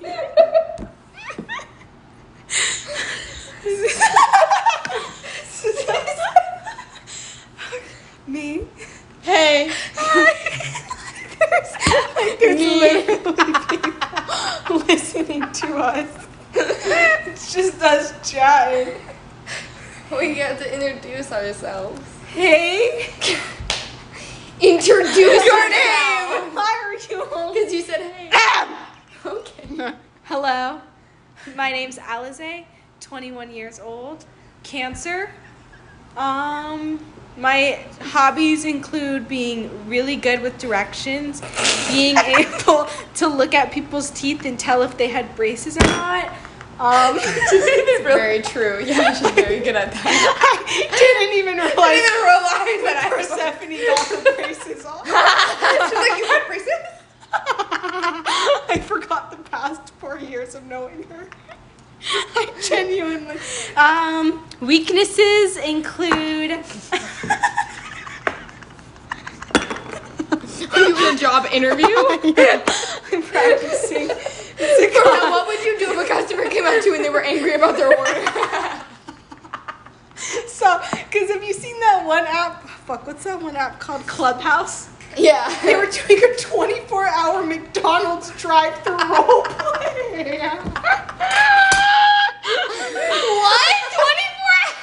shy. Me. Hey. there's like there's Me. literally people listening to us. It's just us chatting. We have to introduce ourselves. Hey, Introduce your name. Why are you only? Because you said hey. Okay. Hello, my name's Alize, 21 years old, Cancer. Um, my hobbies include being really good with directions, being able to look at people's teeth and tell if they had braces or not. Um, It's very true. Yeah, she's very good at that. I didn't even realize realize that Persephone got her braces off. She's like, you had braces? I forgot the past four years of knowing her. I genuinely. Um, weaknesses include. Are you in a job interview? I'm practicing. It's a now, what would you do if a customer came up to you and they were angry about their order? So, because have you seen that one app? Fuck, what's that one app called? Clubhouse? They Yeah. were doing a 24 hour McDonald's drive through role play. what?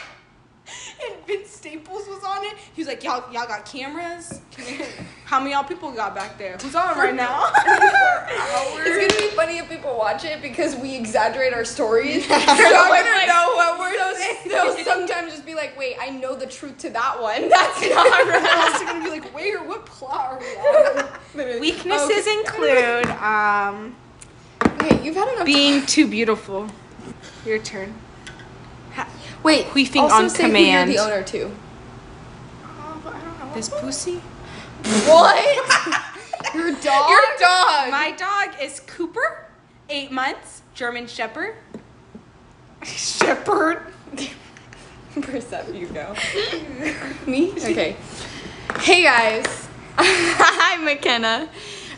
24 And Vince Staples was on it. He was like, Y'all, y'all got cameras? How many y'all people got back there? Who's on right now? It's gonna be funny if people watch it because we exaggerate our stories. They're not gonna know what we're so, They'll sometimes just be like, wait, I know the truth to that one. That's not right. They're also gonna be like, Where? What plot are we on? Weaknesses include um, Wait, you've had enough. being too beautiful. Your turn. Ha- wait, queefing also on say command. Who you're the owner too. This pussy? What? Your dog. Your dog. My dog is Cooper, eight months, German Shepherd. Shepherd. Percept, you know. Me? Okay. Hey guys. I'm McKenna.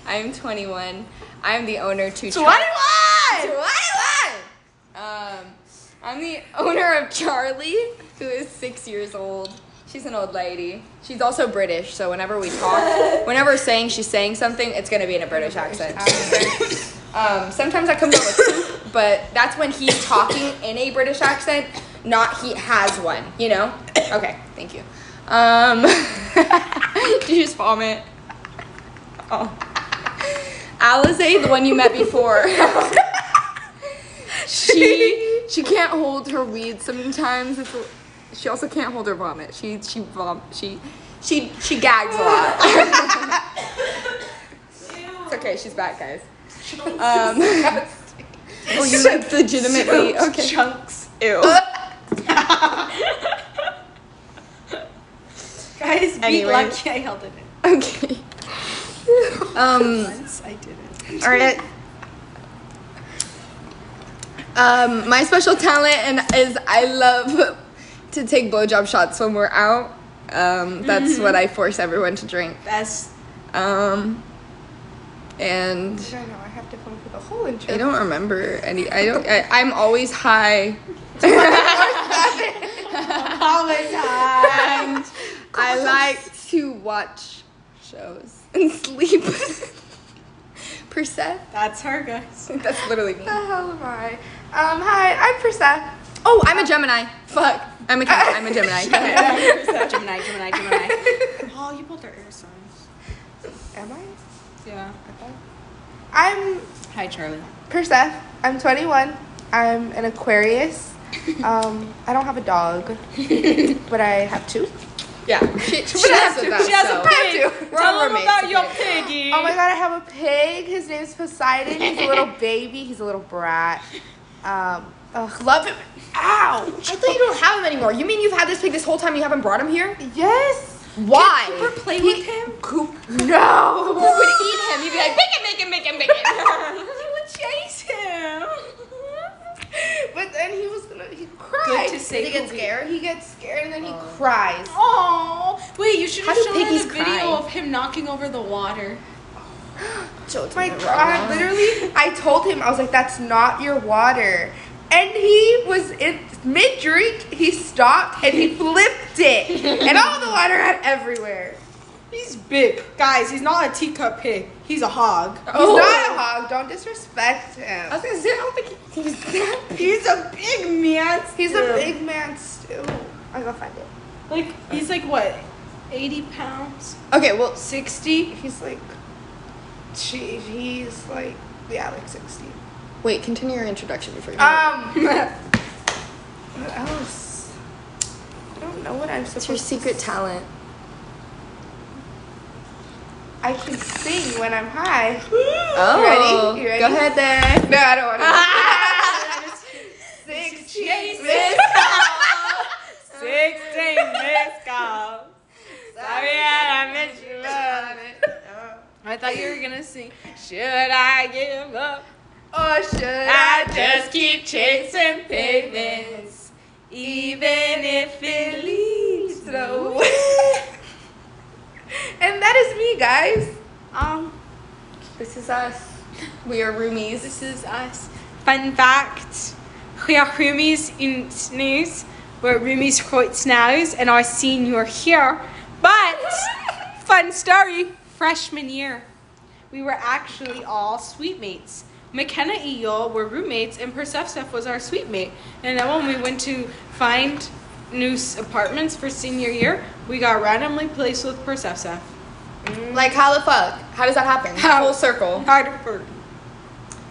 I'm 21. I'm the owner to Char- 21! 21! Um, I'm the owner of Charlie, who is six years old. She's an old lady. She's also British, so whenever we talk, whenever we're saying she's saying something, it's gonna be in a British accent. Um, sometimes that comes out with poop, but that's when he's talking in a British accent, not he has one, you know? Okay, thank you. Um, did you just vomit? Oh. Alize, the one you met before. she she can't hold her weed sometimes. It's, a- she also can't hold her vomit. She she vom she she she gags a lot. it's okay, she's back, guys. Um, well, you legitimately okay. Chunks. Ew. Guys, be Anyway. lucky I held it in. Okay. Um. Once I did it. All right. Um, my special talent and is I love to take blowjob shots when we're out. Um, that's what I force everyone to drink. That's. Um, and I don't know, I have to come up with a whole intro. I don't remember any. I don't. I, I'm always high. Always high. And I like to watch shows and sleep. per se. That's her, guys. That's literally me. the hell am I? Um, hi, I'm Priscilla. Oh, I'm a Gemini. Fuck. I'm a cat. I'm a Gemini. Gemini, Gemini, Gemini. Oh, you both are air signs. Am I? Yeah. I'm Hi, Charlie. Perseth. I'm 21. I'm an Aquarius. Um, I don't have a dog, but I have two. Yeah. She, has she has to- with that. she has so. a pig. We're all roommates piggy. Oh my god, I have a pig. His name's Poseidon. He's a little baby. He's a little brat. Um, ugh, love him. Ow! I thought you don't have him anymore. You mean you've had this pig this whole time? You haven't brought him here? Yes. Why? Cooper play with him? Coop No. would eat him. You'd be like, make him, make him, make him, make him. chase him. But then he was gonna. He cried. to say he gets Kobe. scared. He gets scared and then he cries. Oh, wait, you should have How do shown her the piggies video cry? of him knocking over the water. children. Oh My are God, wrong. literally, I told him, I was like, that's not your water. And he was in mid drink, he stopped and he flipped it. And all the water had everywhere. He's big. Guys, he's not a teacup pig. He's a hog. He's Oh. not a hog, don't disrespect I him. was gonna say, I don't think he was that big. He's a big man. He's a still. big man, Stu. I'm gonna find it. Like, he's like what? 80 pounds? Okay, well, 60? He's like, gee, he's like, yeah, like 60. wait, continue your introduction before you. Um, what else? I don't know what I'm What's supposed your secret talent? I can sing when I'm high. Oh, ready? You ready? go ahead then. No, I don't want Ah. to. Six Jesus. Jesus. 60 missed calls. Sorry I missed you up. I thought you were gonna sing. Should I give up? Or Oh, should I I just keep chasing pigments, even if it leads So- nowhere. and that is me, guys. Um, This is us. We are roomies. This is us. Fun fact: We are roomies in snooze. We're roomies quite snows, and our senior here. But fun story: freshman year, we were actually all sweet mates. McKenna and Yul were roommates, and Persephone was our sweet mate. And then when we went to find new s- apartments for senior year, we got randomly placed with Persephone. Like, how the fuck? How does that happen? How? Full circle. Hard for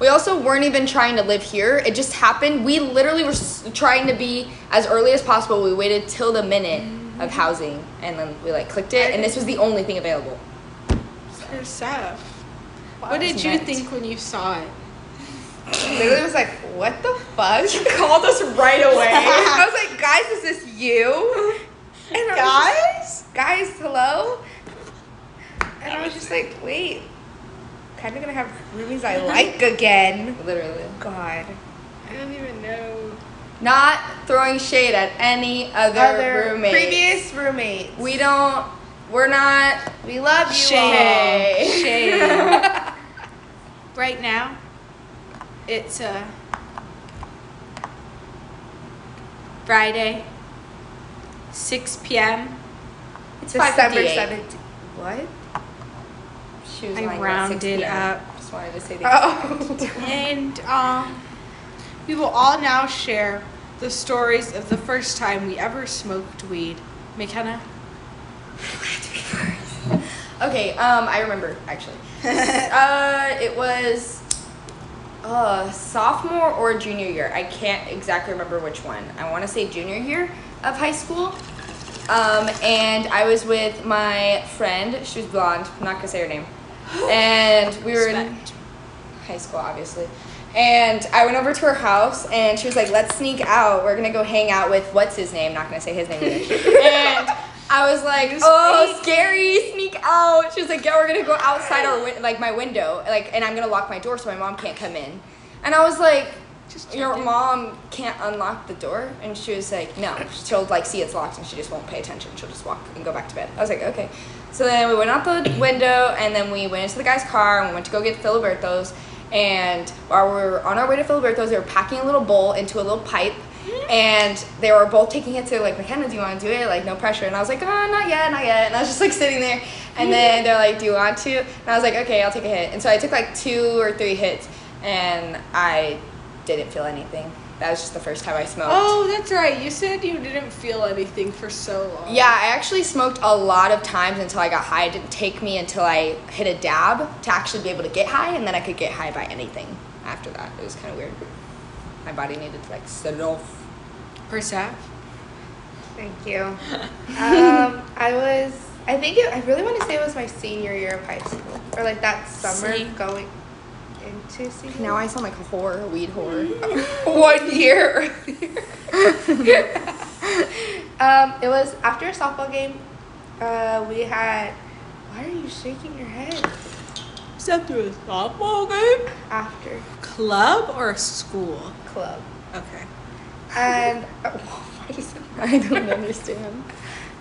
We also weren't even trying to live here. It just happened. We literally were s- trying to be as early as possible. We waited till the minute of housing, and then we like clicked it, and this was the only thing available. Persephone. What did that's you nuts. think when you saw it? Lily was like, "What the fuck?" You called us Right away. I was like, "Guys, is this you?" And I was guys? just, guys, hello. And I was just like, "Wait, kind of gonna have roomies I like again." literally. God. I don't even know. Not throwing shade at any other, Other roommate. previous roommates. We don't. We're not. We love you Shame. Hey. Shame. right now, it's uh, Friday, 6 p.m. It's all. December 5:58. 17th. What? She was I lying about rounded 6 p.m. up. Just wanted to say the Oh. And um, we will all now share the stories of the first time we ever smoked weed. McKenna? Okay, um, I remember actually. uh, it was uh, sophomore or junior year. I can't exactly remember which one. I want to say junior year of high school. Um, and I was with my friend. She was blonde. I'm not gonna say her name. And we were in Respect. high school, obviously. And I went over to her house, and she was like, "Let's sneak out. We're gonna go hang out with what's his name. Not gonna say his name." Either. and I was like, "Oh, scary! Sneak out!" She was like, "Yeah, we're gonna go outside our win- like my window, like, and I'm gonna lock my door so my mom can't come in." And I was like, Just "Your checking." mom can't unlock the door?" And she was like, "No, she'll like see it's locked, and she just won't pay attention. She'll just walk and go back to bed." I was like, "Okay." So then we went out the window, and then we went into the guy's car, and we went to go get Filiberto's. And while we were on our way to Filiberto's, they were packing a little bowl into a little pipe, Hmm? and they were both taking it to like McKenna, do you want to do it? Like no pressure. And I was like, oh, not yet, not yet. And I was just like sitting there. Hmm? And then they're like, do you want to? And I was like, okay, I'll take a hit. And so I took like two or three hits, and I didn't feel anything. That was just the first time I smoked. Oh, that's right. You said you didn't feel anything for so long. Yeah, I actually smoked a lot of times until I got high. It didn't take me until I hit a dab to actually be able to get high, and then I could get high by anything after that. It was kind of weird. My body needed to like set off. Persephone? Thank you. Um, I was. I think it, I really want to say it was my senior year of high school, or like that summer See? going into senior. Now I sound like a whore, weed whore. one year earlier. um, it was after a softball game. Uh, we had. Why are you shaking your head? Except through a softball game? After Club or school? club Okay. and. oh I don't understand.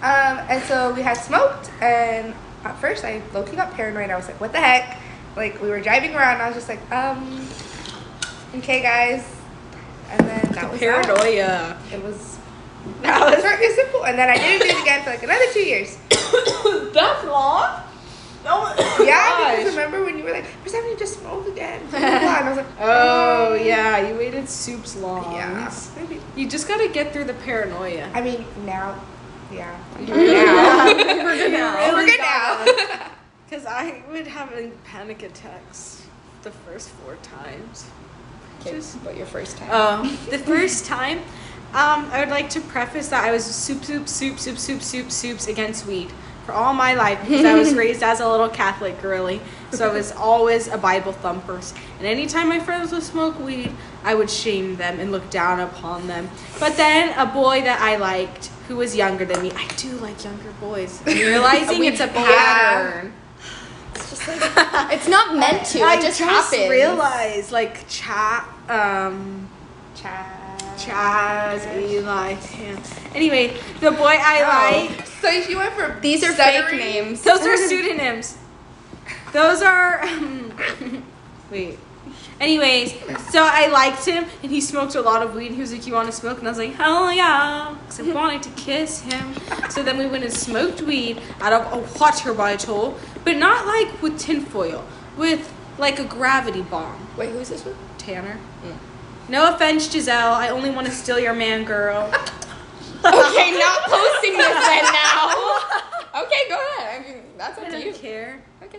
Um, and so we had smoked, and at first I low got paranoid. I was like, "What the heck? Like we were driving around, and I was just like, um, okay, guys. And then that was that. Paranoia. It was. That was very simple. And then I didn't do it again for like another two years. That's long. Yeah, Oh Gosh. because remember when you were like, Persephone just rolled again. blah, blah, blah. And I was like, "Oh, Oh yeah, you waited soups long. Yeah. Maybe. You just gotta get through the paranoia. I mean, now, yeah. We're good now. We're good now. Oh Cause I would have a panic attacks the first four times. Okay, but your first time. Oh, the first time, um, I would like to preface that I was soup, soup, soup, soup, soup, soup, soups against weed for all my life because I was raised as a little Catholic, really. So I was always a Bible thumper. And anytime my friends would smoke weed, I would shame them and look down upon them. But then a boy that I liked who was younger than me, I do like younger boys, realizing it's a pattern. It's just like Uh, it's not meant to. I it just, just happens. realized, like, chat, um, Chad. Chaz, Eli, Sam. Anyway, the boy I like. So she went from These are stuttering- fake names. Those are pseudonyms. Those are. um, wait. Anyways, so I liked him, and he smoked a lot of weed. He was like, "You want to smoke?" And I was like, "Hell yeah!" Because I wanted to kiss him. So then we went and smoked weed out of a water bottle, but not like with tinfoil, with like a gravity bomb. Wait, who's this with? Tanner. No offense, Giselle. I only want to steal your man, girl. okay, not posting this then now. Okay, go ahead. I mean, that's up I to you. don't care. Okay.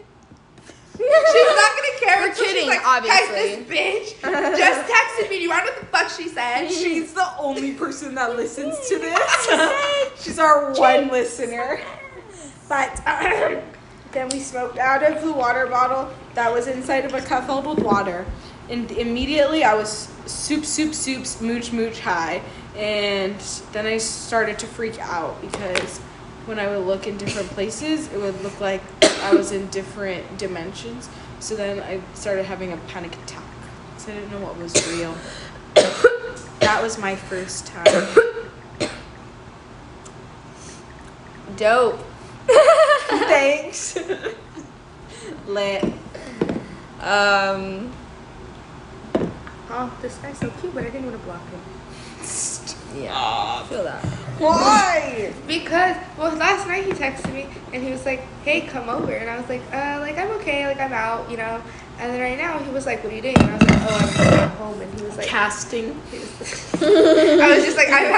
She's not gonna care. We're until she's kidding, like, Guys, obviously." this bitch just texted me. Do you want to know what the fuck she said? She's She's the only person that listens to this. She's our one listener. But then we smoked out of the water bottle that was inside of a cup filled with water. And immediately I was soup, soup, soups, mooch, mooch high. And then I started to freak out because when I would look in different places, it would look like I was in different dimensions. So then I started having a panic attack. So I didn't know what was real. That was my first time. Dope. Thanks. Lit. Um. oh, this guy's so cute, but I didn't want to block him Yeah. feel that. Why? because well, last night he texted me and he was like, "Hey, come over," and I was like, "Uh, like I'm okay, like I'm out, you know." And then right now he was like, "What are you doing?" And I was like, "Oh, I'm at home," and he was like, Casting. he was- "I was just like, I'm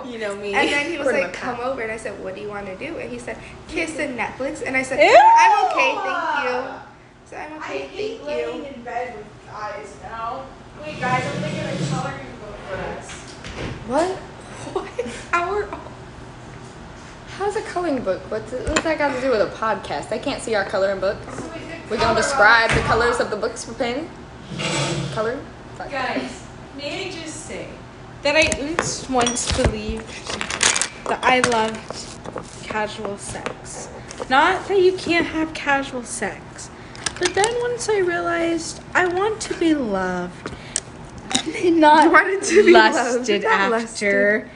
home." You know me. And then he was We're like, not- come over. And I said, what do you want to do? And he said, kiss and Netflix. And I said, Ew! I'm okay, thank you. So I'm okay, thank you. in bed with guys now. Wait, guys, I'm thinking of coloring book for us. What? What? Our How's a coloring book? What's, what's that got to do with a podcast? I can't see our coloring book. We're gonna describe the colors of the books we're painting. Color. Sorry. Guys, may I just say that I once once believed that I loved casual sex. Not that you can't have casual sex, but then once I realized I want to be loved, not wanted to be lusted loved, not after.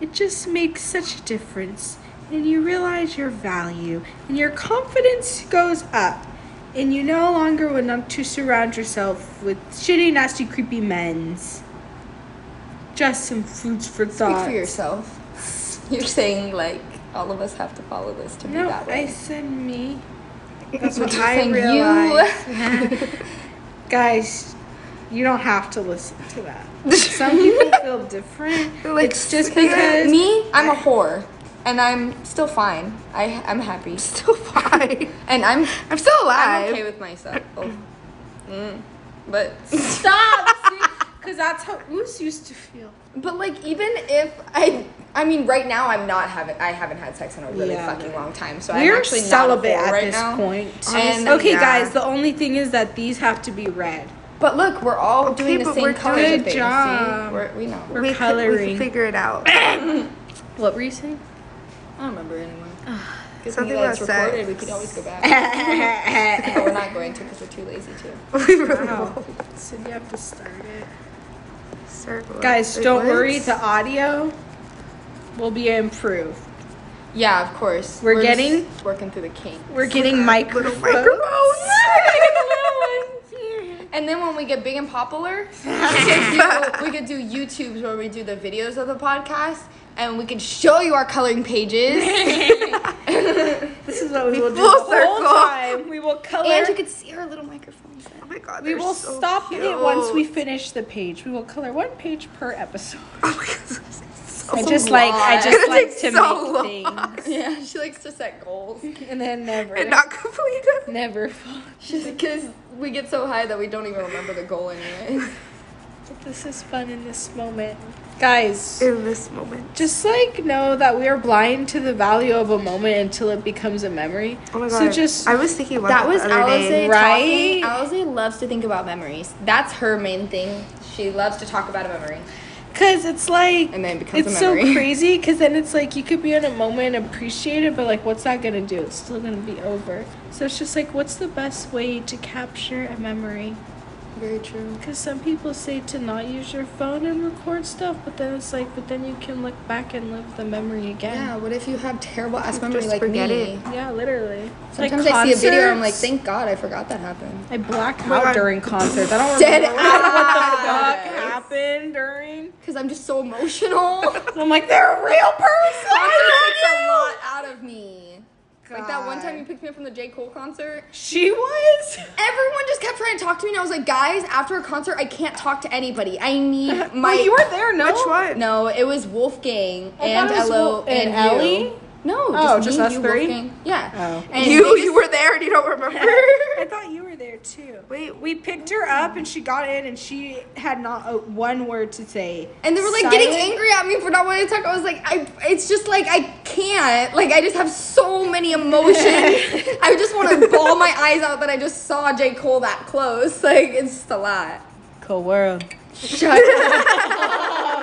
It just makes such a difference, and you realize your value, and your confidence goes up, and you no longer want to surround yourself with shitty, nasty, creepy men's. Just some foods for Speak thought. for yourself. You're saying like all of us have to follow this to be No, that I way. said me. That's You're what just I saying you. realized. Guys, you don't have to listen to that. Some people feel different. Like, it's just because me, I'm a whore, and I'm still fine. I I'm happy, still fine. and I'm I'm still I'm alive. okay with myself. Oh. Mm. But Stop! Because that's how Oos used to feel. but like even if I I mean right now I'm not having I haven't had sex in a really Yeah. fucking long time, so We're I'm actually celibate not a whore at right this now. point. And- okay, yeah. guys, the only thing is that these have to be red. But look, we're all doing the but same we're colors. doing- Good of things, see? job. We're, we know. We're we could we coloring. could figure it out. what were you saying? I don't remember anymore. Because Something something that's about sex. recorded, we could always go back. but we're not going to because we're too lazy to. we really Oh, so you have to start it. circle. Guys, Wait, don't what? Oh worry. The audio will be improved. Yeah, of course. We're just getting- working through the kinks. We're getting Little microphones. microphones. And then when we get big and popular, we could, do, we could do YouTubes where we do the videos of the podcast, and we could show you our coloring pages, This is what we will do Full the whole circle. time. We will color. and you could see our little microphones. Oh my god, we they're will so stop cute. it once we finish the page. We will color one page per episode. Oh my god, this is so I just like I lot. just It's like to gonna take so make long. things, Yeah, she likes to set goals. and then never, and not complete it. never. She's because we get so high that we don't even remember the goal anyway. But this is fun in this moment, guys. in this moment. just like know that we are blind to the value of a moment until it becomes a memory. Oh my god. So just I was thinking about That that, was the other day. Alize right? talking. Alize loves to think about memories. That's her main thing. She loves to talk about a memory. because it's like And then it becomes a it's so memory. crazy because then it's like you could be in a moment and appreciate it, but like what's that gonna do? It's still gonna be over. So it's just like what's the best way to capture a memory? Very true. Because some people say to not use your phone and record stuff, but then it's like, but then you can look back and live the memory Yeah. again. What if you have terrible ass memory Just like forget me? it. Yeah, literally. Like Sometimes I see a video and I'm like, concerts. thank God I forgot that happened. I black my out God. during concerts. I don't Dead remember what the ass. fuck happened during. Because I'm just so emotional. And I'm like, they're a real person. I takes a lot out of me. Like that one time you picked me up from the J. Cole concert. She was. Everyone just kept trying to talk to me, and I was like, guys, after a concert, I can't talk to anybody. I need my. Wait, you were there, no? Which one? No, it was Wolfgang I and thought it was Elo Wolf- and and, you. Ellie? No, Oh, just, just me, us you, three? Wolfgang. Yeah. Oh. And You they you just- were there and you don't remember. I thought you were there too. Wait, We picked her up and she got in and she had not a, one word to say. And they were like getting Silent. angry at me for not wanting to talk. I was like, I. It's just like I can't. Like I just have so many emotions. I just want to ball my eyes out that I just saw J Cole that close. Like it's just a lot. Cool world. Shut up.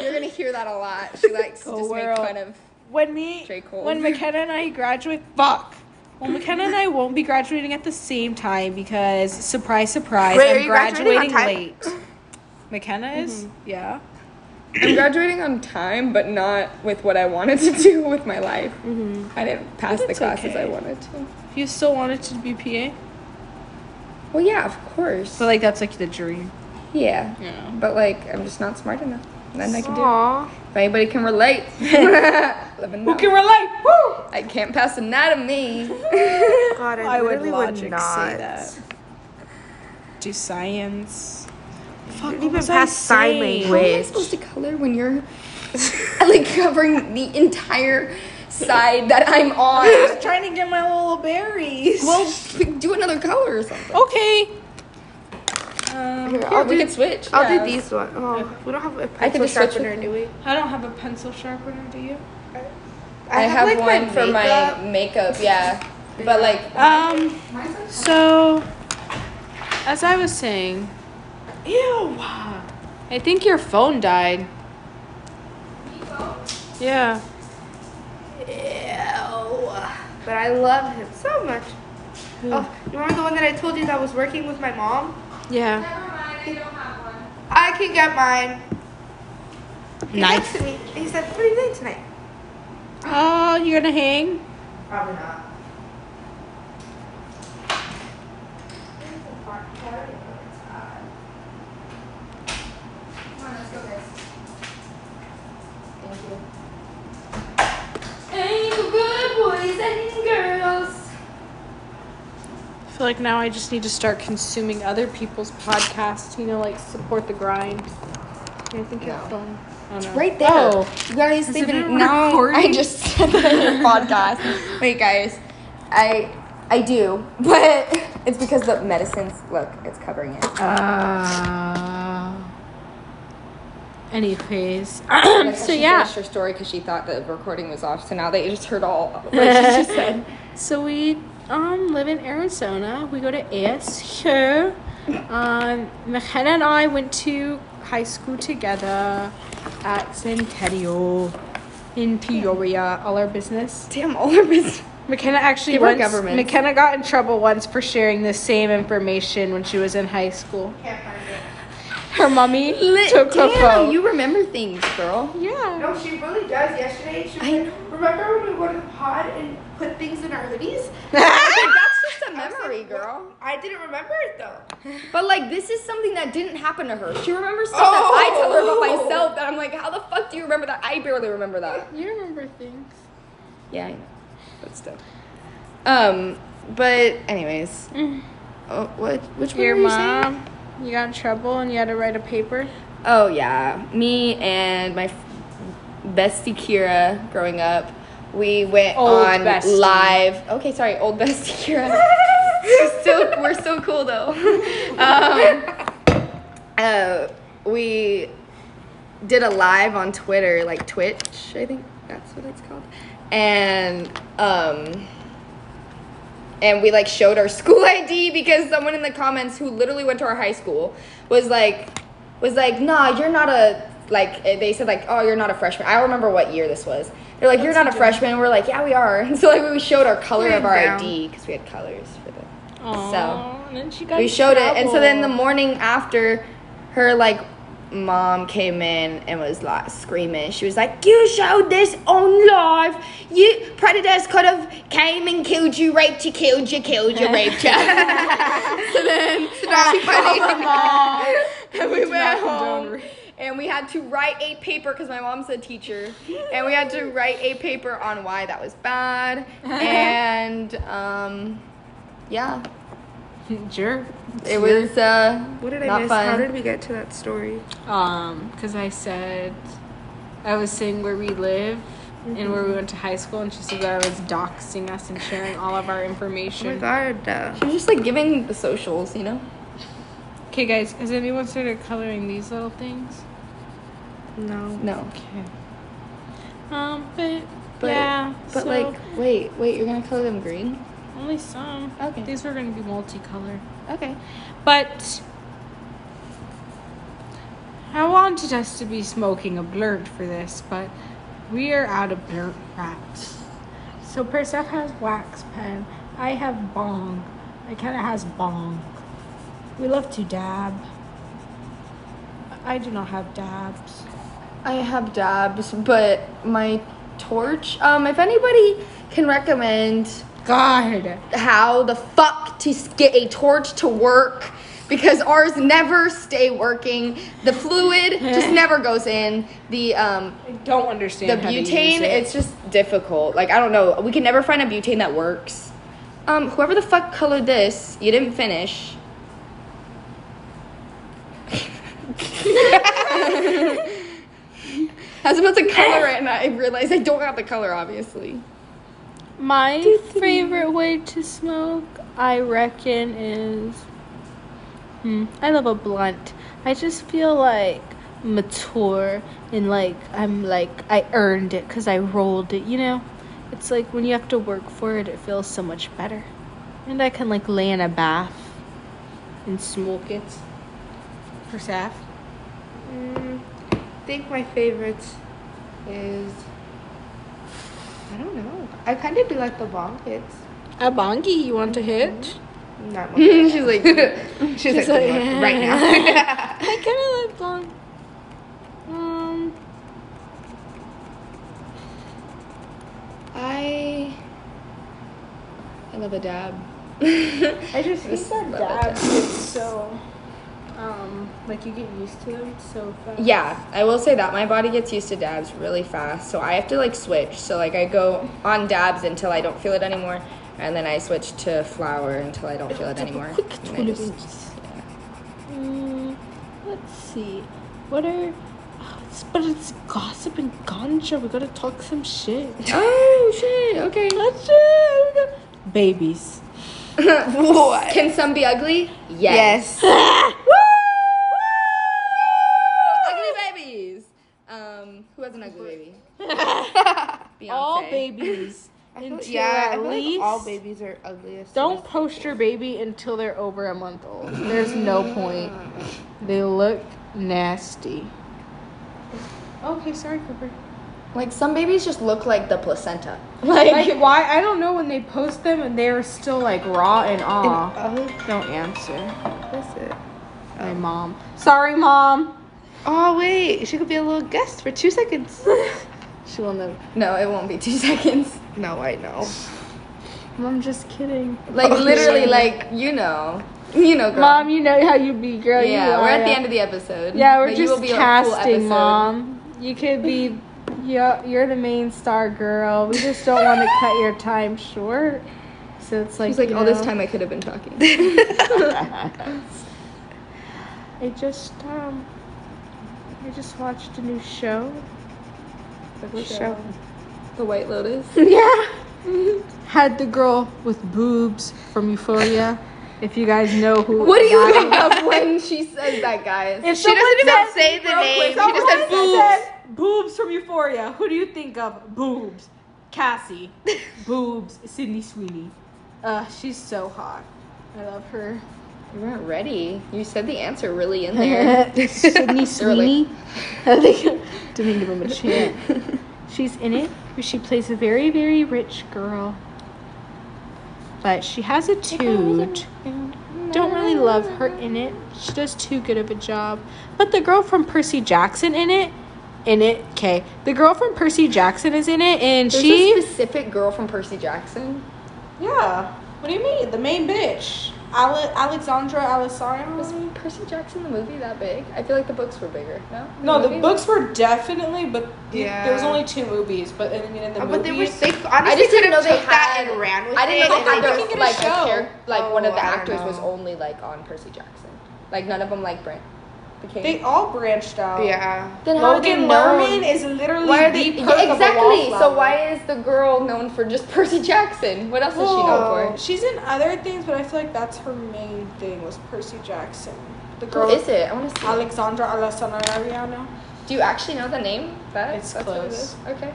You're gonna hear that a lot. She likes to Oh, just make world. fun of. When me, J. Cole. when McKenna and I graduate, fuck. Well, McKenna and I won't be graduating at the same time because surprise, surprise, Wait, are I'm you graduating on graduating, late. McKenna is, Mm-hmm. yeah. I'm graduating on time, but not with what I wanted to do with my life. I didn't pass the That's classes okay. I wanted to. You still wanted to be PA, Well, yeah, of course. but like that's like the dream. yeah. But like, I'm just not smart enough. Nothing I can do. Aw. If anybody can relate, let me know. Who can relate? Woo! I can't pass anatomy. God, I, I would literally would, logic not. say that. Do science. Fuck, Didn't what even was I pass sign saying? How am I Bitch. supposed to color when you're like covering the entire side that I'm I on? was trying to get my little berries. Well, p- do another color or something. okay. Um, Here, Here, I'll- we do- can switch. I'll Yeah. do these one. Oh, we don't have a I could pencil just switch sharpener, with do we? I don't have a pencil sharpener, do you? I, have, like, my one for my makeup, yeah. But like, Um, so, as I was saying, ew, I think your phone died. Yeah. Ew. But I love him so much. Oh, you remember the one that I told you that was working with my mom? Yeah. I can get mine. He Nice. texted me. He said, "What are you doing tonight?" Oh, you're gonna hang? Probably not. I feel like now I just need to start consuming other people's podcasts, you know, like support the grind. I think your No. phone. Oh, no. right there. Oh. You guys, Has they've it been been now. I recording? just said that in your podcast. Wait, guys, I I do, but it's because the medicines. Look, it's covering it. Oh, Uh, anyways, uh, Like, so she yeah, finished her story because she thought the recording was off. So now they just heard all what she just said. so we um live in Arizona. We go to ASU. Um, McKenna and I went to high school together at Centennial in Peoria. All our business. Damn, all her business. McKenna actually They were once, governments. McKenna got in trouble once for sharing the same information when she was in high school. Can't find it. Her mommy took her Damn, phone. you remember things, girl. yeah. No, she really does. Yesterday, she was I like, "Remember when we went to the pod and put things in our hoodies?" Like, that's just It's a I was memory, like, what? girl. I didn't remember it though. But like, this is something that didn't happen to her. She remembers stuff that I Oh. tell her about myself. That I'm like, how the fuck do you remember that? I barely remember that. You remember things. Yeah, I know. But still. Um. But anyways. Mm. Oh, what? Which one Your were you saying? mom, you got in trouble and you had to write a paper. Oh yeah, me and my f- bestie Kira growing up, we went Old on bestie. live. Okay, sorry, old bestie Kira. we're still we're still cool though. Um, uh, we did a live on Twitter, like Twitch, I think that's what it's called, and um and we like showed our school ID because someone in the comments who literally went to our high school was like was like, "Nah, you're not a like eh, they said like, "Oh, you're not a freshman." I don't remember what year this was. They're like, "You're not a freshman." We're like, "Yeah, we are." And so like we showed our color of our Down. ID because we had colors for the Aw, and then she got we in showed it and so then the trouble. morning after her like mom came in and was like screaming she was like you showed this on live you predators could have came and killed you raped you killed you killed you raped you so then Oh and we went home and we had to write a paper because my mom's a teacher and we had to write a paper on why that was bad and um yeah Jerk. it was uh What did I not miss? fun. How did we get to that story? Um, because I said, I was saying where we live and where we went to high school, and she said that I was doxing us and sharing all of our Oh my information. god. uh, She was just like giving the socials, you know? okay, guys, has anyone started coloring these little things? No. No. Okay. Um, but, But- yeah, But so like, wait, wait, you're gonna color them green? only some. Okay. These were going to be multicolored, Okay. but. I wanted us to be smoking a blurt for this, but we are out of blurt wraps. So Persef has wax pen. I have bong. I kind of has bong. We love to dab. I do not have dabs. I have dabs, but my torch. Um, if anybody can recommend God. how the fuck to s- get a torch to work because ours never stay working. The fluid just never goes in. The um, I don't understand. the butane it's just difficult like i don't know we can never find a butane that works um whoever the fuck colored this you didn't finish I was about to color it and I realized I don't have the color, obviously. My favorite way to smoke, I reckon, is. Hmm, I love a blunt. I just feel like mature and like I'm like I earned it because I rolled it, you know? It's like when you have to work for it, it feels so much better. And I can like lay in a bath and smoke it. For Saf? Mm, I think my favorite is. I don't know. I kind of do like the bong hits. A bongi, you want to hit? Not much. She's like, She's, like, "Look, right now. I kind of like blonde. Um, I. I love a dab. I just think Just that love it. dabs is so, um, like you get used to them so fast. Yeah, I will say that my body gets used to dabs really fast, so I have to like switch. So like I go on dabs until I don't feel it anymore, and then I switch to flour until I don't feel it anymore. And I just- Mm, let's see. What are? Oh, it's, but it's gossip and ganja. We gotta talk some shit. oh shit! Okay. Let's do babies. what? Can some be ugly? Yes. Ugly babies. Um, who has an ugly baby? Beyonce. All babies. I feel- until yeah, at I feel like least- all babies are ugly. as Don't soon post your baby until they're over a month old. There's no point. They look nasty. Okay, sorry, Cooper. Like some babies just look like the placenta. Like, Like, why? I don't know when they post them and they're still like raw and as- awe. Oh, Don't answer. that's it. My mom. Sorry, mom. Oh wait, she could be a little guest for two seconds. She will never. no, it won't be two seconds. no, I know. Mom, just kidding. Like literally, like you know, you know, girl. Oh, Mom, you know how you be, girl. Oh, You yeah, we're at are the a- end of the episode. Yeah, we're but you will just be a cool casting, episode. Mom. You could be. You're, you're the main star, girl. We just don't want to cut your time short. So it's like, She's like, you all this know, time I could have been talking. I just um, I just watched a new show. What show? the White Lotus. yeah. Had the girl with boobs from Euphoria. If you guys know who. What do you think of when she says that, guys? If She doesn't even say the name. She just said boobs. boobs from Euphoria. Who do you think of? Boobs. Cassie. boobs. Sydney Sweeney. Uh, she's so hot. I love her. You weren't ready. You said the answer really in there. Sydney Really? Sweeney. I think didn't give him a chance. She's in it. where She plays a very, very rich girl. But she has a toot. Don't really love her in it. She does too good of a job. But the girl from Percy Jackson in it, in it, okay. The girl from Percy Jackson is in it, and There's she. a specific girl from Percy Jackson. Yeah. What do you mean? The main bitch. Ale- Alexandra Was Alessandro. Percy Jackson the movie that big? I feel like the books were bigger. No. No, the movie? books were definitely, but Yeah. there was only two movies. But I mean, in the Oh, movie, but they were sick. Honestly, I just could didn't know have they took had. that and ran with I didn't know it. they I think had their, they did a like show. character. Like one of Oh, the I don't actors was know. only like on Percy Jackson. Like none of them like Brent became. they all branched out. Yeah. then how did Logan they known? Lerman is literally Why are the they perk yeah, of a exactly? So wallflower. why is the girl known for just Percy Jackson? What else is she known Oh. Whoa. for? She's in other things, but I feel like that's her main thing was Percy Jackson. The girl Girl, is it? I want to see. it. Alexandra Alessandriano. Do you actually know the name? That It's that's what it close. is? Okay.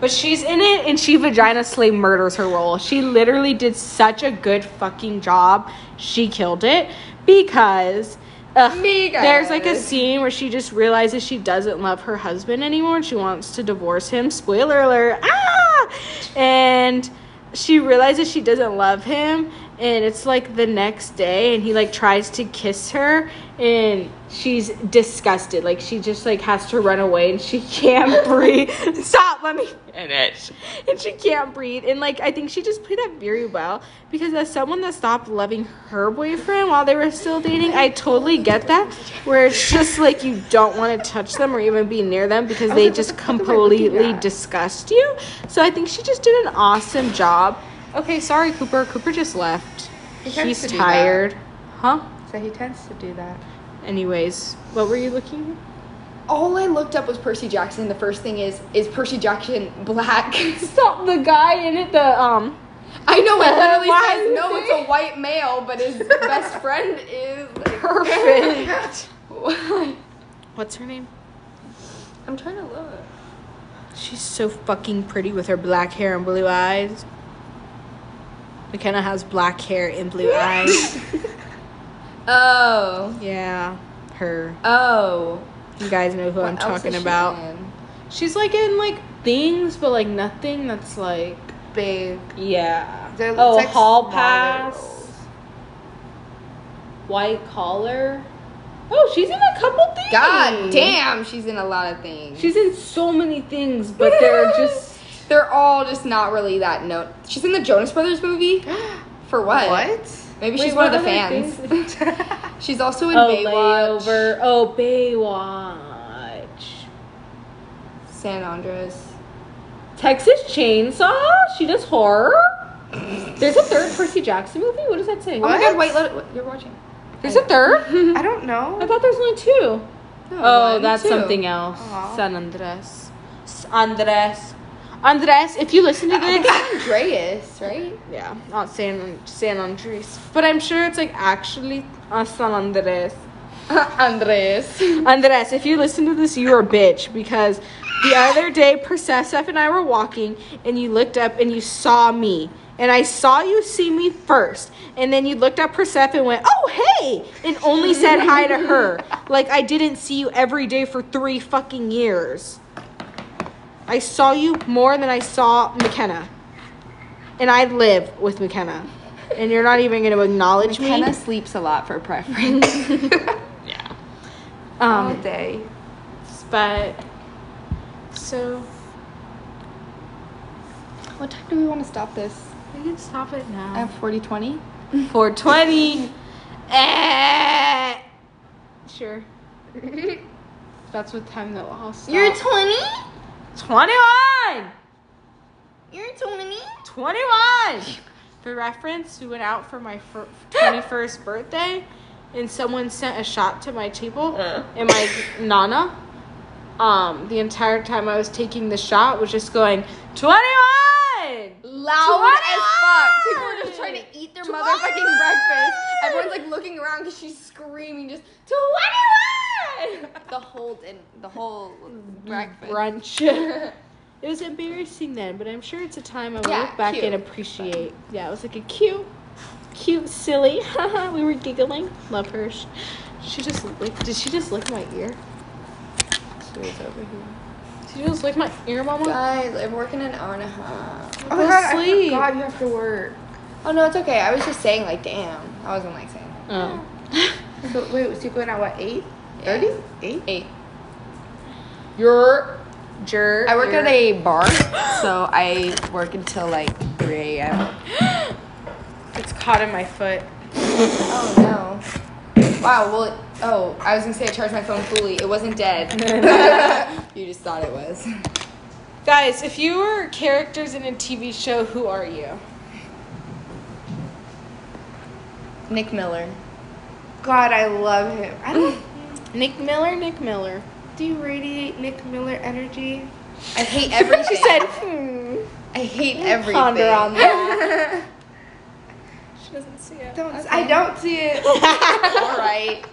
But she's in it and she vagina slay murders her role. She literally did such a good fucking job. She killed it because uh, Because. there's like a scene where she just realizes she doesn't love her husband anymore and she wants to divorce him. Spoiler alert. Ah! And she realizes she doesn't love him and it's like the next day and he like tries to kiss her and she's disgusted like she just like has to run away and she can't breathe stop let me and she can't breathe. And like I think she just played that very well because as someone that stopped loving her boyfriend while they were still dating, I totally get that. Where it's just like you don't want to touch them or even be near them because they just completely disgust you. So I think she just did an awesome job. Okay, sorry Cooper. Cooper just left. He tends He's to do that. tired. Huh? So he tends to do that. Anyways, what were you looking? All I looked up was Percy Jackson. The first thing is, is Percy Jackson black? Stop The guy in it, the um I know it literally Why says is no. It's a white male, but his best friend is Perfect. Why? what's her name? I'm trying to look. She's so fucking pretty with her black hair and blue eyes. McKenna has black hair and blue eyes. Oh, Yeah, her. oh. You guys know who I'm What else talking is she about. in? She's like in like things, but like nothing that's like Big. yeah. They're- it's oh, like hall smaller pass. roles. White collar. Oh, she's in a couple things. God damn, she's in a lot of things. She's in so many things, but they're just They're all just not really that known. She's in the Jonas Brothers movie. For what? What? Maybe Wait, she's one what of the are they fans. she's also in oh Baywatch. layover. Oh Baywatch. San Andres. Texas Chainsaw. She does horror. There's a third Percy Jackson movie. What does that say? Oh my What? God, White Lotus. what- You're watching. There's a third. I don't know. I thought there's only two. No, Oh, one, that's two. something else. Aw. San Andres. S- Andres. Andres. If you listen to this. Andreas, right? yeah, not San San Andres, but I'm sure it's like actually uh, San Andres. Andres. Andres, if you listen to this, you're a bitch because the other day, Persef and I were walking, and you looked up and you saw me. And I saw you see me first, and then you looked up Persef and went, "Oh hey," and only said hi to her. Like I didn't see you every day for three fucking years. I saw you more than I saw McKenna, and I live with McKenna, and you're not even gonna acknowledge Kenna me. sleeps a lot for preference. All Um, day. but so What time do we want to stop this? We can stop it I now. have 40 20. 420. eh. Sure. That's what time that I'll stop. 20? 21! You're 20? 21! For reference, we went out for my fir- 21st birthday, and someone sent a shot to my table and my nana. Um, the entire time I was taking the shot was just going 21. Loud as fuck. People are 21! just trying to eat their motherfucking breakfast. Everyone's like looking around because she's screaming just 21! the whole, din- the whole breakfast. Brunch. it was embarrassing then, but I'm sure it's a time I will Yeah, look back cute. and appreciate. Yeah, it was like a cute, cute, silly. we were giggling. Love her. She, she just licked. Did she just lick my ear? She was over here. Did you just lick my ear, Mama? Guys, I'm working an hour and a half. Oh my god, sleep. I forgot you have to work. Oh no, it's okay. I was just saying, like, damn. I wasn't like saying Oh. So wait, so you going out what, eight? Yeah. Thirty? Eight? eight. Your jerk. I work at a bar, so I work until like 3 a.m. It's caught in my foot. Oh no. Wow, well, oh, I was gonna say I charged my phone fully. It wasn't dead. you just thought it was. Guys, if you were characters in a TV show, who are you? Nick Miller. God, I love him. I don't Nick Miller. Nick Miller. do you radiate Nick Miller energy. I hate everything. She said, hmm. I hate everything. Ponder on that. She doesn't see it. Don't I don't see it. Alright.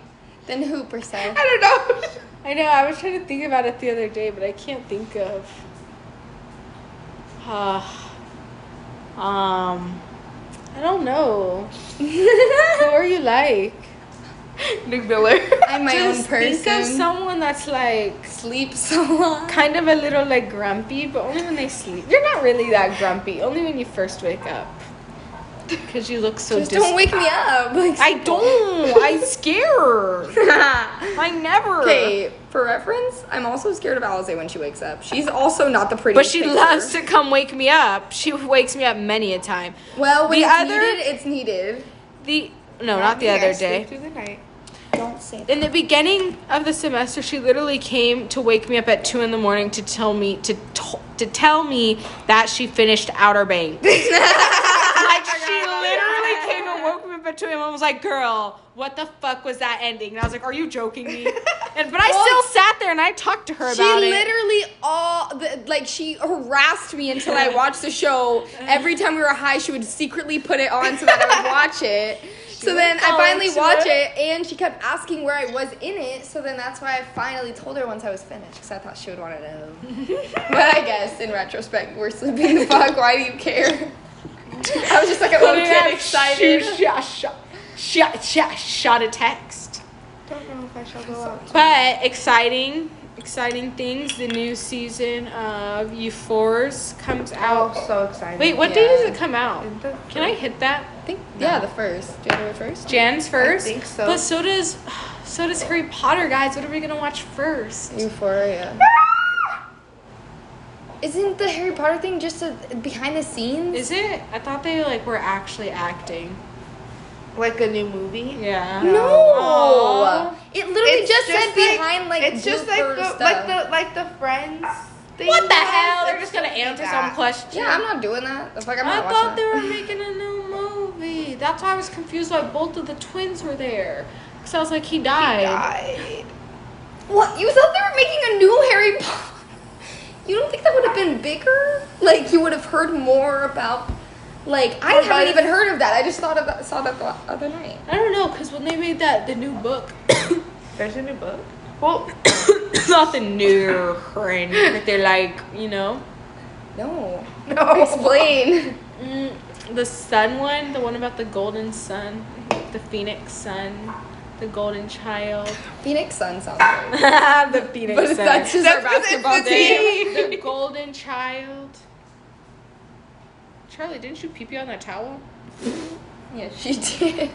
Then who percent? I don't know. I know, I was trying to think about it the other day, but I can't think of. Uh, um, I don't know. Who are you like? Nick Miller. I'm my own Just think of person. someone that's like Sleep so long. kind of a little like grumpy, but only when they sleep. You're not really that grumpy, only when you first wake up. Because you look so Just dis- don't wake me up. Like, I don't. I scare. I never. Okay, for reference, I'm also scared of Alize when she wakes up. She's also not the prettiest. But she picture. loves to come wake me up. She wakes me up many a time. Well, when The it's other- needed, it's needed. The no, not the other day. Through the night. Don't say In the beginning of the semester, she literally came to wake me up at two in the morning to tell me to to, to tell me that she finished Outer Banks. Oh like she literally came and woke me up at two and was like, "Girl, what the fuck was that ending?" And I was like, "Are you joking me?" And but I still sat there and I talked to her She about it. literally all the, like she harassed me until I watched the show. Every time we were high, she would secretly put it on so that I would watch it. so then I fall finally into watch it. it, and she kept asking where I was in it. So then that's why I finally told her once I was finished because I thought she would want to know. but I guess in retrospect, we're sleeping the fuck. Why do you care? I was just like a little kid excited. Shot, shot, shot, shot, shot a text. Don't know if I shall go out. But exciting, exciting things. The new season of Euphors comes out. Oh, so excited. Wait, what day does Yeah. it come out? Can I hit that? I think yeah, the first January first. Jan's first. think so. But so does, so does Harry Potter, guys. What are we gonna watch first? Euphoria. Isn't the Harry Potter thing just a behind the scenes? Is it? I thought they like were actually acting. Like a new movie? Yeah. no. Aw. It literally just, said like- behind like it's just like blooper the stuff. like the like the friends. Thing What the you guys- hell? They're it's just gonna like answer that. some question. Yeah, I'm not doing that. The fuck, I'm I not thought they watching were making a new movie. That's why I was confused why both of the twins were there. Because I was like, he died. Died. that. What? You thought they were making a new Harry Potter? You don't think that would have been bigger? Like you would have heard more about? Like I haven't even heard of that. I just thought of that, saw that the other night. I don't know, because when they made that, the new book. There's a new book. well, not the new friend, but they're like, you know. No. No. Explain. Mm, the sun one, the one about the golden sun, the phoenix sun, the golden child. Phoenix Sun sounds good. the phoenix But that's just our basketball team. the golden child. Charlie, didn't you pee pee on that towel? Yeah, she did.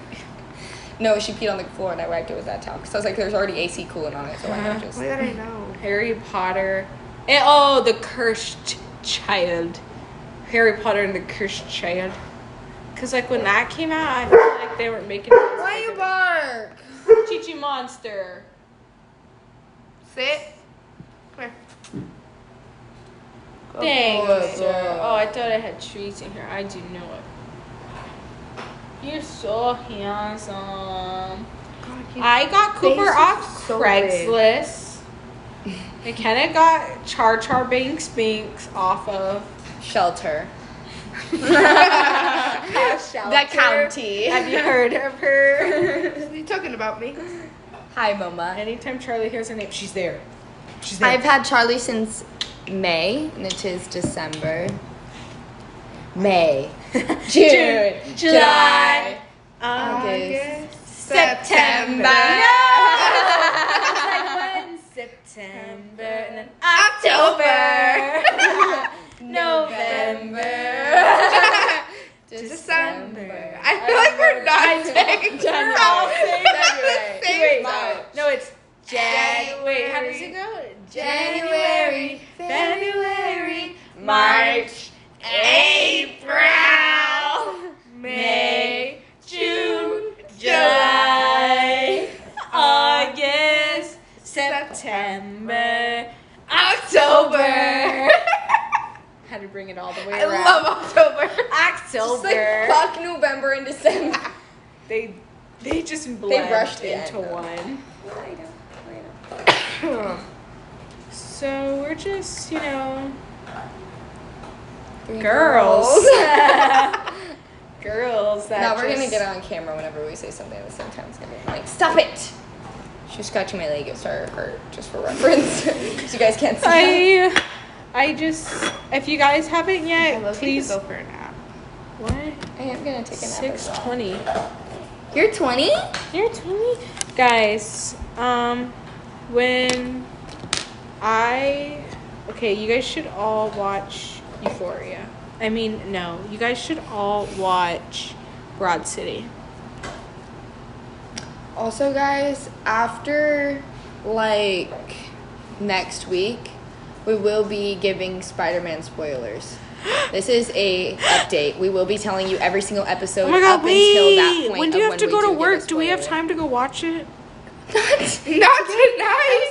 No, she peed on the floor and I wiped it with that towel. Because I was like, there's already AC cooling on it, so why not just. Why did I know? Harry Potter. And, oh, the cursed child. Harry Potter and the Cursed Child. Cause like when that came out, I feel like they weren't making. Why you bark? Chichi Monster? Sit. Come here. Thanks. boy, girl. Oh, I thought I had treats in here. I do know it. You're so handsome. I got Cooper face is off so big. Craigslist. McKenna got Char Char Banks Binks off of Shelter. the county. Have you heard of her? Are you talking about me? Hi, Mama. Anytime Charlie hears her name, she's there. She's there. I've had Charlie since May, and it is December. May. June. July. August. September. September. And then October. November. December. I feel like we're not saying We're we're all all saying the same Wait, time. no, it's January. Wait, how does it go? January, February, March, April, May, June, July, August, September, October. Had to bring it all the way I around. love October. Just October. like fuck November and December. they they just blend rushed the into end, though. one. So we're just, you know, Three girls. girls. girls that now we're gonna just- get on camera whenever we say something at the same time. It's gonna be like, stop it! She's scratching my leg. It started to hurt, just for reference. so you guys can't see. it. I I just if you guys haven't I yet, love you to please go for a nap. what? I am gonna take a nap. Six as well. twenty. You're 20? You're twenty? Guys, um when I okay, you guys should all watch Euphoria. I mean no, you guys should all watch Broad City. Also, guys, after like next week, we will be giving Spider-Man spoilers. This is a update. We will be telling you every single episode Oh my god, up until that wait! point. When do you of have to we go do to give a work? Do we have spoiler. time to go watch it? Not I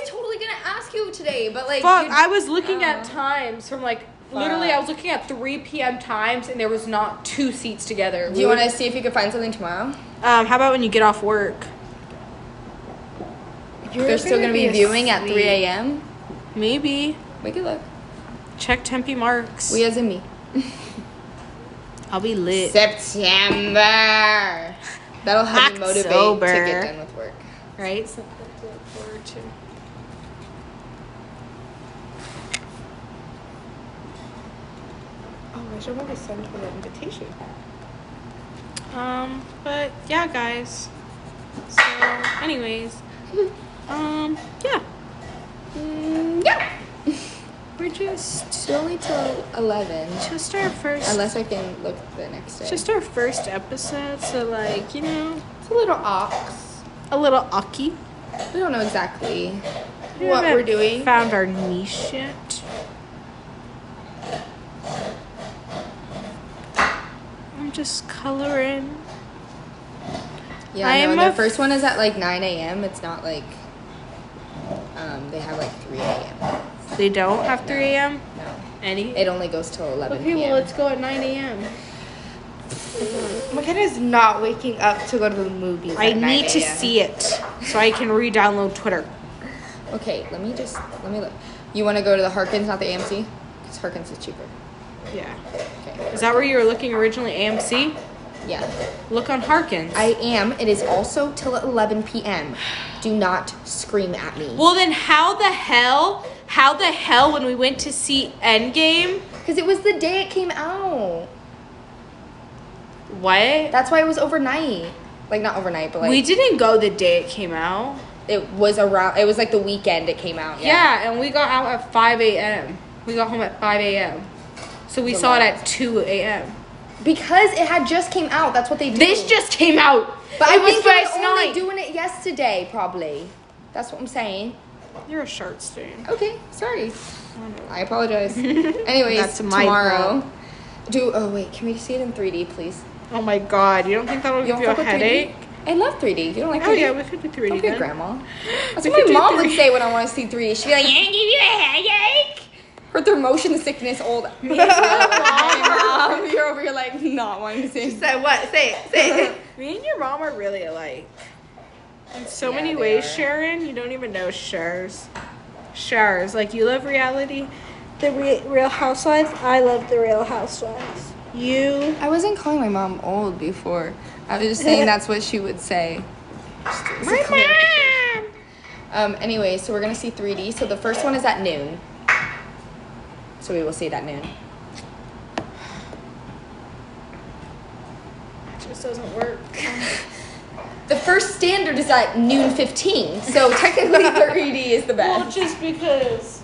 tonight. was totally gonna ask you today, but like, Fuck, you- I was looking at times from like literally I was looking at 3 p.m. times and there was not two seats together. do you want to see if you can find something tomorrow? Um, how about when you get off work? They're still gonna be viewing at 3 a.m. Maybe. We could look. Check Tempe Marks. We as in me. I'll be lit. September. That'll help you motivate October. to get done with work. right? Something to look forward to. Oh, I should probably send her an invitation. Um, but yeah, guys. So, anyways, um, yeah, yeah. we're just It's Mm, only till 11. just our first, Unless I can look the next day. just our first episode. So like you know, It's a little ox. a little ucky. we don't know exactly. We What we're haven't doing. Found our niche yet. I'm just coloring. Yeah, I I know. am and their a- first one is at like 9 a.m. It's not like um, they have like 3 a.m. They don't have 3 a.m. No. Any. It only goes till 11 okay, p.m. well let's go at 9 a.m. Oh McKenna's not waking up to go to the movies. I at 9 need to a.m.. see it so I can re-download Twitter. Okay, let me just let me look. You want to go to the Harkins, not the AMC? Because Harkins is cheaper. Yeah. Okay. Is that where you were looking originally? AMC. Yeah, Look on Harkins. I am. It is also till 11 p.m. Do not scream at me. well then, how the hell? How the hell when we went to see Endgame? Because it was the day it came out. What? That's why it was overnight. Like not overnight, but like we didn't go the day it came out. it was around. It was like the weekend it came out. Yeah, and we got out at 5 a.m. We got home at 5 a.m. So we saw it at 2 a.m. Because it had just came out. That's what they do. This just came out. But it I was think last they were only night. doing it yesterday, probably. That's what I'm saying. You're a shark stain. Okay, sorry. I apologize. Anyways, That's my tomorrow. Do oh wait, can we see it in 3D, please? Oh my god, you don't think that'll You give don't you a fuck with headache? 3D? I love 3D. You don't like 3D? Oh yeah, we could do 3D Don't be a then. grandma. That's We what my could do mom would three. say when I want to see 3D. She'd be like, "Yeah, give you a headache." Her their motion sickness old. mom, you're over here like not wanting to see. So what? Say it. Say it. Me and your mom are really alike. In so Yeah, many they ways, are. Sharon, you don't even know Shars. Shars. Like, you love reality, the re- real housewives. I love the real housewives. You. I wasn't calling my mom old before. I was just saying that's what she would say. My mom! Um. Anyway, so we're gonna see 3D. So the first one is at noon. So we will see it at noon. It just doesn't work. The first standard is at noon 15. So technically 3D is the Well, best. just because.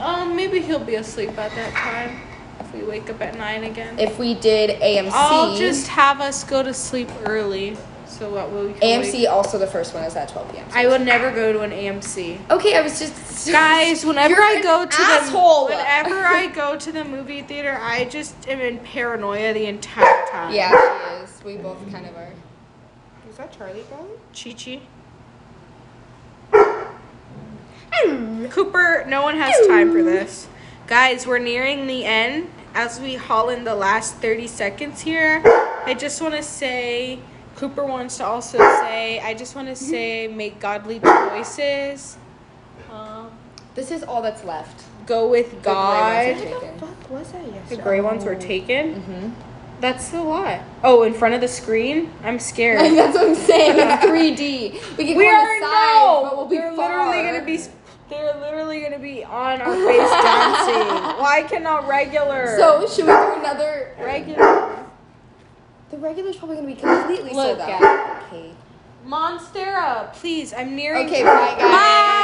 Um, maybe he'll be asleep at that time if we wake up at nine again. If we did AMC, I'll just have us go to sleep early, so what will we? can wake- AMC also the first one is at 12 p.m. I will never go to an AMC. Okay, I was just Guys, whenever You're I an go to asshole. the whenever I go to the movie theater, I just am in paranoia the entire time. Yeah, she is. We both kind of are. Is that Charlie Brown? Chi Chi. Hmm. Cooper, no one has time for this. Guys, we're nearing the end. As we haul in the last 30 seconds here, I just want to say Cooper wants to also say, I just want to say, make godly choices. Um, This is all that's left. go with The gray God. ones are taken. Fuck, was that yesterday? The gray ones were taken. That's a lot. Mm-hmm. Oh, in front of the screen? I'm Like, scared. that's what I'm saying. It's 3D. We can We go are on the side, no. but we'll be they're far. literally gonna be. s- They're literally gonna be on our face dancing. Why cannot regular? So should we do another? regular The regular's probably gonna be completely Look sold at out. Okay. Monstera, please. I'm nearing. Okay. Bye, guys. Bye.